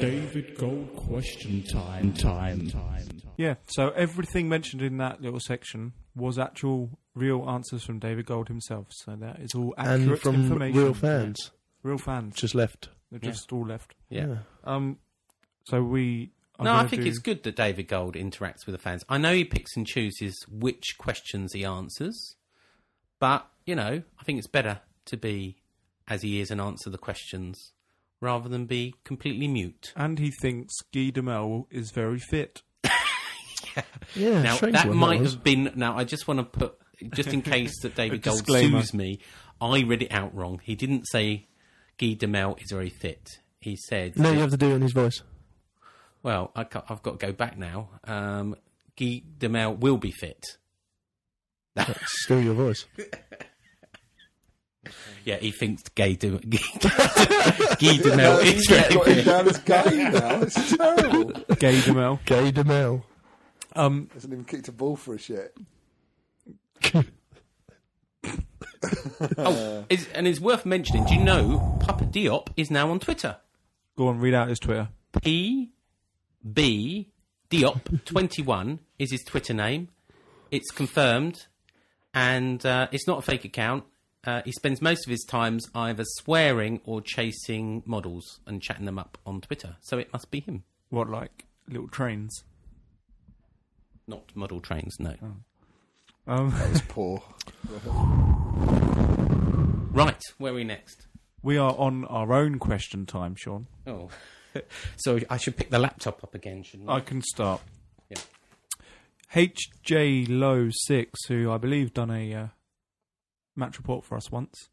G: David Gold question time. Time. Time.
B: Yeah, so everything mentioned in that little section was actual, real answers from David Gold himself. So that is all accurate
D: and from
B: information.
D: real fans,
B: Real fans.
D: just left.
B: They're just all left.
C: Yeah.
B: Um, so we. are
C: No, I
B: gonna
C: think
B: do-
C: it's good that David Gold interacts with the fans. I know he picks and chooses which questions he answers, but, you know, I think it's better to be as he is and answer the questions rather than be completely mute.
B: And he thinks Guy Demel is very fit.
D: Yeah,
C: now
D: strange
C: that
D: one,
C: might
D: was.
C: have been. Now I just want to put, just in case that David Gold
B: disclaimer.
C: sues me, I read it out wrong. He didn't say Guy Demel is very fit. He said,
D: No, you have to do it in his voice.
C: "Well, I ca- I've got to go back now. Um, Guy Demel will be fit.
D: That's still your voice.
C: Yeah, he thinks Gay De- Guy Demel is
E: He's
C: very
E: got him
C: fit.
E: down as gay now. It's terrible.
B: Gay Demel.
D: Gay DeMille.
B: Um,
E: Hasn't even kicked a ball for us yet.
C: Oh, is, and it's worth mentioning. Do you know Papa Diop is now on Twitter?
B: go on, read out his Twitter.
C: P B Diop twenty one is his Twitter name. It's confirmed, and uh, it's not a fake account. Uh, he spends most of his times either swearing or chasing models and chatting them up on Twitter. So it must be him,
B: What, like little trains?
C: not model trains. No,
B: Um,
E: It's poor.
C: right. Where are we next?
B: we are on our own question time, Sean.
C: Oh, so I should pick the laptop up again, shouldn't I?
B: I can start.
C: Yeah.
B: HJ Low Six, who I believe done a uh, match report for us once,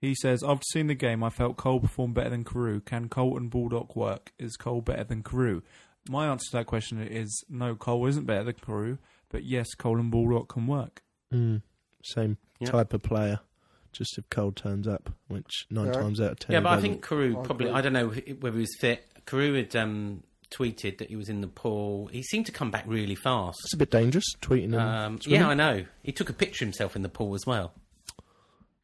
B: he says after seeing the game, I felt Cole performed better than Carew. Can Cole and Bulldog work? Is Cole better than Carew? My answer to that question is no. Cole isn't better than Carew, but yes, Cole and Bulldog can work.
D: Mm, same
C: Yeah.
D: type of player. Just if Cole turns up, which nine
E: Yeah.
D: times out of ten.
C: Yeah, but I
D: doesn't.
C: think Carew
E: I
C: probably.
E: agree.
C: I don't know whether he was fit. Carew had um, tweeted that he was in the pool. He seemed to come back really fast.
D: it's a bit dangerous tweeting and
C: Um,
D: swimming.
C: yeah, I know. He took a picture of himself in the pool as well.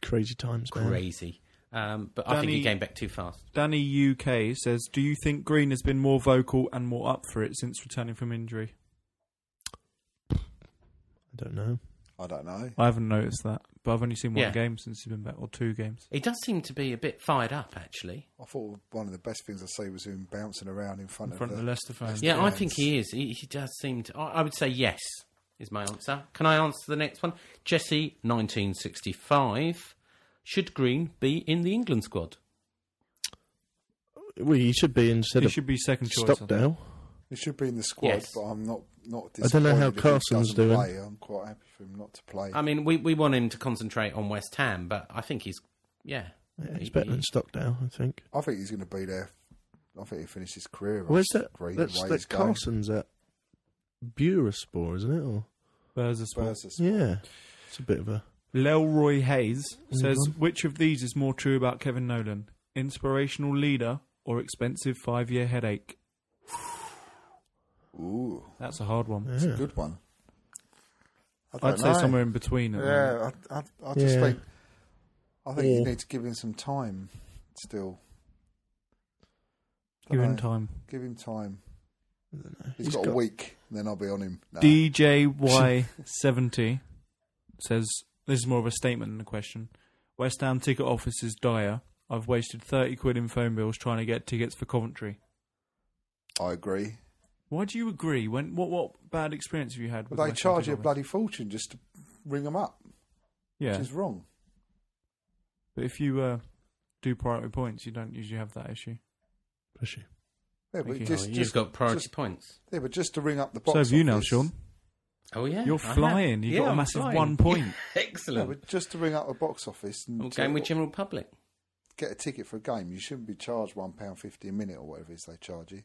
D: crazy times, man.
C: Crazy. Um, but I think he
B: Danny-
C: came back too fast.
B: Danny UK says, "Do you think Green has been more vocal and more up for it since returning from injury?"
D: I don't know.
E: I don't know.
B: I haven't noticed that, but I've only seen one
C: Yeah.
B: game since he's been back, or two games.
C: He does seem to be a bit fired up, actually.
E: I thought one of the best things I see was him bouncing around in front,
B: In front
E: of,
B: of the Leicester fans.
C: Yeah, I
E: fans.
C: think he is. He, he does seem to. I, I would say yes, is my answer. Can I answer the next one? Jesse, 1965. Should Green be in the England squad?
D: Well, you should be instead
B: He
D: of
B: should be second choice. I think.
D: Stockdale.
E: He should be in the squad,
C: Yes.
E: but I'm not not.
D: I don't know how
E: disappointed if he
D: Carson's
E: doesn't
D: doing.
E: Play. I'm quite happy for him not to play.
C: I mean, we, we want him to concentrate on West Ham, but I think he's. Yeah.
D: Yeah,
C: He-
D: he's better
C: he-
D: than Stockdale, I think.
E: I think he's going to be there I think he finished his career. on
D: Where's that?
E: Green
D: that's
E: the way he's
D: that
E: going.
D: Carlson's at Buruspor, isn't it? Or
B: Spurs are Spurs.
E: Spurs are-
D: yeah, it's a bit of a.
B: Lelroy Hayes
D: Hold
B: says,
D: on.
B: which of these is more true about Kevin Nolan? Inspirational leader or expensive five year headache?
E: Ooh,
B: That's a hard one.
E: it's
D: Yeah.
E: a good one. I don't
B: I'd say
E: know.
B: somewhere in between. At the moment.
E: Yeah, I, I, I just
D: Yeah.
E: think I think you
D: Yeah.
E: need to give him some time. Still,
B: Give him
E: Dunno.
B: time.
E: Give him time.
D: He's
E: he's got,
D: got-
E: a week, then I'll be on him. No.
B: DJY70 says, this is more of a statement than a question. West Ham ticket office is dire. I've wasted 30 quid in phone bills trying to get tickets for Coventry.
E: I agree.
B: Why do you agree? When What what bad experience have you had with
E: But they
B: West Ham
E: charge you
B: ticket
E: a
B: office?
E: bloody fortune just to ring them up,
B: Yeah.
E: which is wrong.
B: But if you uh, do priority points, you don't usually have that issue.
D: Bless you.
E: Yeah,
B: Thank
E: but
B: you.
E: just,
B: Oh,
E: just,
C: You've got priority
E: just-
C: points.
E: yeah, but just to ring up the box.
B: So have you now,
E: office-
B: Sean.
C: Oh yeah,
B: You're
C: I have.
B: flying. You've got
C: Yeah,
B: a
C: I'm
B: massive
C: flying.
B: one point.
E: Yeah,
C: Excellent.
E: but just to ring up the box office and
C: I'm
E: to
C: going with general public.
E: get a ticket for a game, you shouldn't be charged one pound fifty a minute or whatever it is they charge you.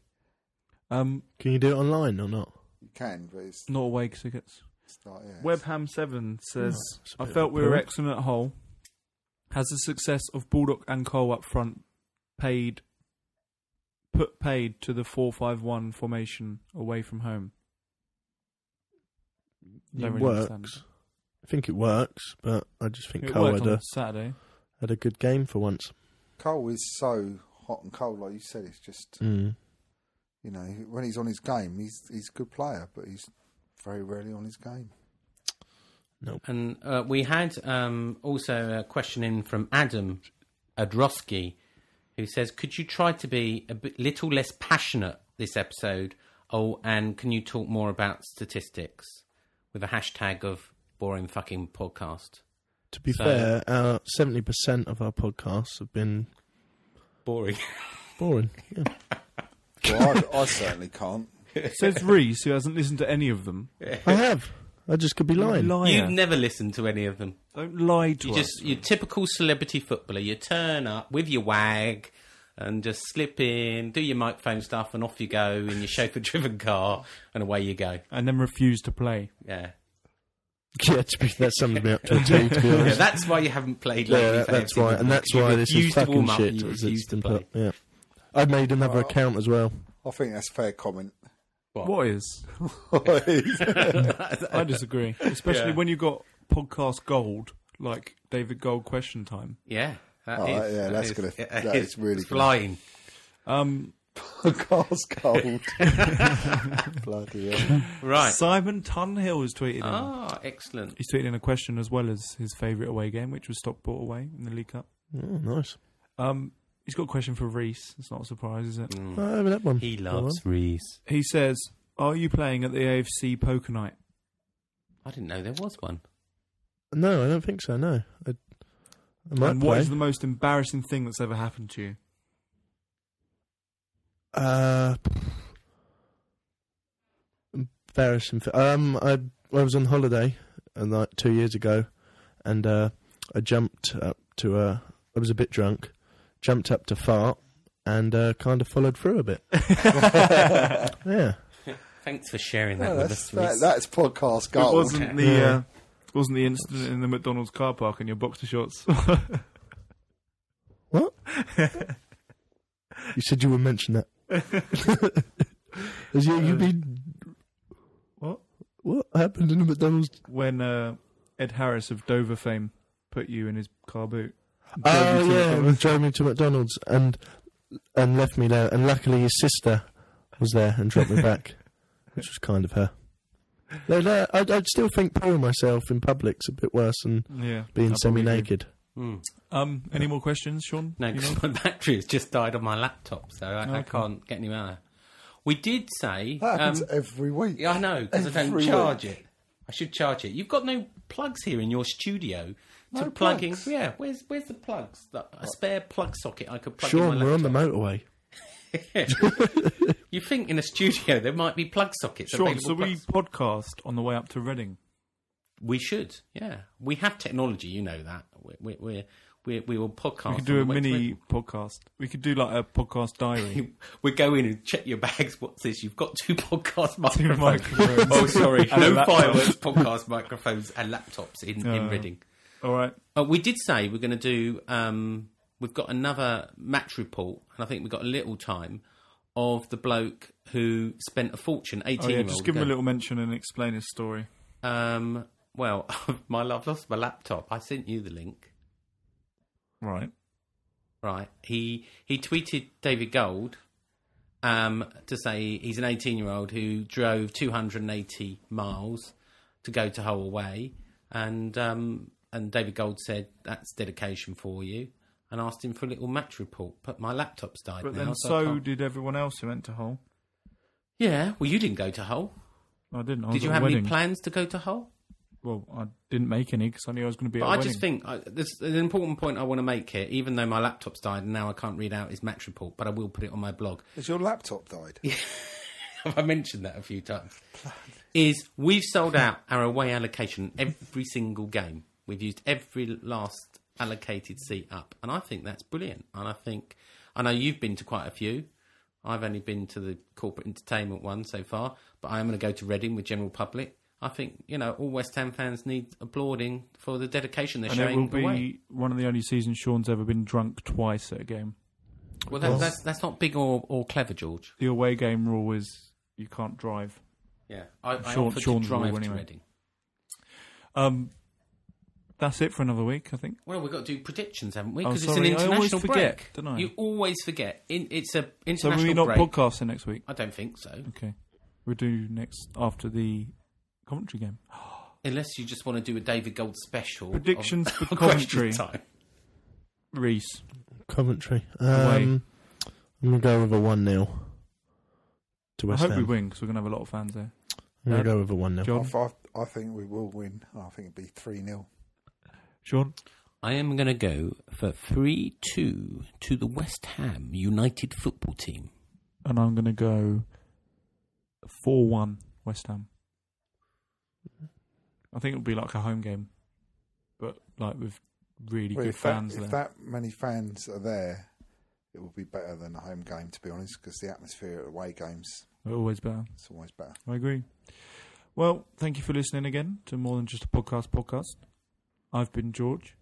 B: Um,
D: Can you do it online or not?
E: You can, but it's,
B: not away tickets.
E: it's not. Yeah, it's-
B: Webham7 says,
D: Oh, it's a bit
B: I
D: of
B: felt
D: a
B: we were
D: purr.
B: excellent at Hull. Has the success of Baldock and Cole up front paid put paid to the 4-5-1 formation away from home?
D: it
B: Don't really
D: works.
B: understand.
D: I think it works, but I just think
B: It
D: Cole
B: worked
D: had
B: on
D: a,
B: Saturday.
D: had a good game for once.
E: Cole is so hot and cold, like you said. It's just
D: Mm.
E: you know when he's on his game, he's he's a good player, but he's very rarely on his game.
C: And uh, we had um, also a question in from Adam Adrosky, who says, "Could you try to be a bit, little less passionate this episode? Oh, and can you talk more about statistics with a hashtag of boring fucking podcast?
D: To be
C: So-
D: fair, our seventy percent of our podcasts have been
C: Boring.
D: boring. Yeah.
E: Well, I, I certainly can't.
B: says Reese, who hasn't listened to any of them.
D: I have. I just could be lying.
C: You've
B: Liar.
C: never listened to any of them.
B: Don't lie to
C: You
B: us.
C: just your typical celebrity footballer. You turn up with your wag." And just slip in, do your microphone stuff, and off you go in your chauffeur-driven car, and away you go.
B: and then refuse to play.
C: Yeah,
D: Yeah, to be, that sums me up to a T. To be
C: Yeah,
D: honest,
C: that's why you haven't played
D: yeah,
C: lately.
D: that-
C: for
D: that's
C: FC
D: why,
C: Liverpool,
D: and that's
C: because
D: why
C: you
D: this
C: refused
D: is
C: to
D: fucking
C: warm up
D: shit.
C: and you
D: It's
C: refused to
D: instant
C: play.
D: pop, Yeah, I made another account as well.
E: I think that's a fair comment.
B: What is? I disagree. Especially
C: Yeah.
B: when you've got podcast gold, like David Gold question time.
C: Yeah, that
E: Oh,
C: is-
E: yeah,
C: that
E: that's
C: is-
E: gonna-
C: it
E: that is really
C: it's
E: gonna-
C: flying.
B: Um,
E: Carl's cold. Bloody hell.
C: Right.
B: Simon Tunhill has tweeted in.
C: Ah, excellent.
B: He's tweeted in a question as well as his favourite away game, which was Stockport away in the League Cup.
D: Oh, nice.
B: Um, he's got a question for Reese. It's not a surprise, is it?
D: I haven't had one.
C: Hmm. He
D: for a
C: loves
D: while.
C: Reese.
B: He says, "Are you playing at the AFC Poker Night?"
C: I didn't know there was one.
D: No, I don't think so. No, I, I might
B: and
D: play.
B: what is the most embarrassing thing that's ever happened to you?
D: Uh, embarrassing. Th- um, I I was on holiday uh, like two years ago, and uh, I jumped up to uh, I was a bit drunk, jumped up to fart, and uh, kind of followed through a bit. yeah,
C: Thanks for sharing that
E: No,
C: with
E: Oh, that's,
C: us,
E: that,
C: Reese.
E: that's podcast
B: It
E: gold.
B: wasn't the
D: Yeah.
B: uh, wasn't the incident in the McDonald's car park in your boxer shorts.
D: what? you said you would mention that. Has you, you been
B: what?
D: what happened in the McDonald's?
B: When uh, Ed Harris of Dover fame put you in his car boot.
D: Oh
B: Drove you to
D: yeah,
B: McDonald's.
D: and drove me to McDonald's and and left me there. And luckily, his sister was there and dropped me back, which was kind of her. No, no, I'd, I'd still think pouring myself in public's a bit worse than
B: Yeah. I probably
D: being
B: do.
D: semi-naked.
C: Mm.
B: Um, any more questions, Sean?
C: No,
B: You know?
C: because my battery has just died on my laptop, so I, I
B: Okay.
C: can't get any out. We did say
E: That happens
C: um,
E: every week.
C: Yeah, I know because I don't
E: Every
C: charge
E: week.
C: it. I should charge it. You've got no plugs here in your studio to
E: No
C: plug in.
E: plugs.
C: Yeah, where's where's the plugs? The- a spare plug socket I could plug
D: Sean,
C: in my
D: we're on the
C: laptop.
D: motorway.
C: You think in a studio there might be plug sockets?
B: Sean,
C: available
B: so we
C: plugs-
B: podcast on the way up to Reading.
C: we should. Yeah, we have technology. You know that. We're we're, we're we we will podcast.
B: we could
C: on
B: do
C: the
B: a
C: way to
B: mini
C: it.
B: podcast. We could do like a podcast diary.
C: We go in and check your bags. What's this? You've got two podcast
B: Two
C: microphones.
B: microphones.
C: oh, sorry,
B: And a
C: no
B: laptop.
C: fireworks. Podcast microphones and laptops in, in
B: Uh.
C: Reading.
B: All right. Oh,
C: Uh, we did say we're going to do. Um, we've got another match report, and I think we've got a little time of the bloke who spent a fortune.
B: Oh
C: Eighteen.
B: yeah,
C: year
B: just
C: old
B: give him a
C: ago.
B: little mention and explain his story.
C: Um, well, my love lost my laptop. I sent you the link.
B: Right.
C: Right. He he tweeted David Gold um, to say he's an 18 year old who drove 280 miles to go to Holloway, and um, and David Gold said that's dedication for you, and asked him for a little match report. But my laptop's died
B: But
C: now.
B: then
C: I
B: so
C: can't-
B: did everyone else who went to Hull.
C: yeah. Well, you didn't go to Hull.
B: I didn't. I was
C: Did you
B: at a
C: have
B: wedding.
C: any plans to go to Hull?
B: Well, I didn't make any because I knew I was going to be
C: But
B: at a
C: I
B: wedding.
C: just think I, there's an important point I want to make here. Even though my laptop's died and now I can't read out his match report, but I will put it on my blog.
E: Has your laptop died?
C: I mentioned that a few times. Is we've sold out our away allocation every single game. We've used every last allocated seat up, and I think that's brilliant. And I think I know you've been to quite a few. I've only been to the corporate entertainment one so far, but I am going to go to Reading with general public. I think you know all West Ham fans need applauding for the dedication they're
B: and it
C: showing
B: will be
C: away.
B: one of the only seasons Sean's ever been drunk twice at a game.
C: Well, that, that's that's not big or, or clever, George.
B: The away game rule is you can't drive.
C: Yeah, I, I
B: Sean-
C: offered
B: Sean's
C: to drive
B: rule
C: to
B: anyway.
C: Reading.
B: Um, that's it for another week, I think.
C: Well, we've got to do predictions, haven't we?
B: Oh,
C: Because it's an
B: sorry, I
C: international
B: always forget,
C: break.
B: don't I?
C: You always forget. In, it's a
B: So
C: international
B: we're not
C: break.
B: podcasting next week.
C: I don't think so,
B: Okay, we do next after the Coventry game.
C: unless you just want to do a David Gold special.
B: Predictions
C: of-
B: for
C: of
B: Coventry.
C: question time.
B: Reese,
D: Coventry.
B: Away.
D: Um, I'm going to go with a 1 0 to
B: I
D: West
B: hope
D: Ham.
B: we win because we're going to have a lot of fans there.
D: I'm going
B: Um,
D: to go with a 1 0.
B: John,
E: I, I think we will win. I think it'd be 3 0.
B: Sean,
C: I am going to go for 3 2 to the West Ham United football team.
B: and I'm going to go four-one West Ham. I think it'll be like a home game, but like with really
E: Well,
B: good
E: if, that,
B: fans there.
E: if that many fans are there, it will be better than a home game, to be honest, because the atmosphere at away games
B: They're always better.
E: is always better.
B: I agree. Well, thank you for listening again to More Than Just a Podcast podcast. I've been George,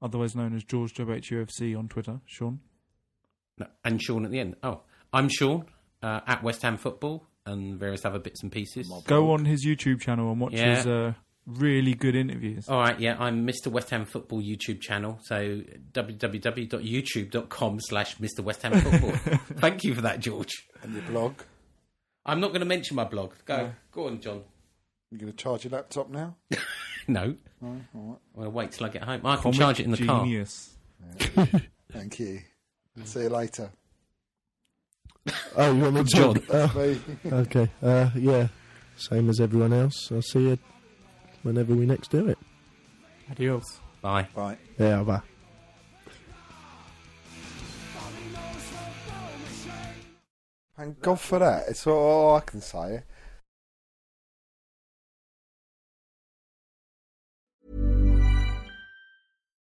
B: otherwise known as George WHUFC on Twitter. Sean,
C: No, and Sean at the end. Oh, I'm Sean uh, at West Ham Football and various other bits and pieces.
B: go on his YouTube channel and watch
C: Yeah. Oh,
B: his uh, really good interviews.
C: All right, yeah, I'm Mr. West Ham Football YouTube channel. So www.youtube.com slash Mr. West Ham Football. Thank you for that, George.
E: And your blog,
C: I'm not going to mention my blog. Go, go on, John.
E: you're going to charge your laptop now?
C: No,
E: No? All
C: I'm going to wait till I get home. I can
B: Comic
C: charge it in the
B: genius.
E: right. Thank you. See you later.
D: Oh, you want me to
C: John.
D: talk? Oh,
E: Bye.
D: okay. Uh, yeah. Same as everyone else. I'll see you whenever we next do it.
B: Adios.
C: car. Bye.
E: Bye.
D: Yeah, bye.
E: Thank God for that. It's all I can say.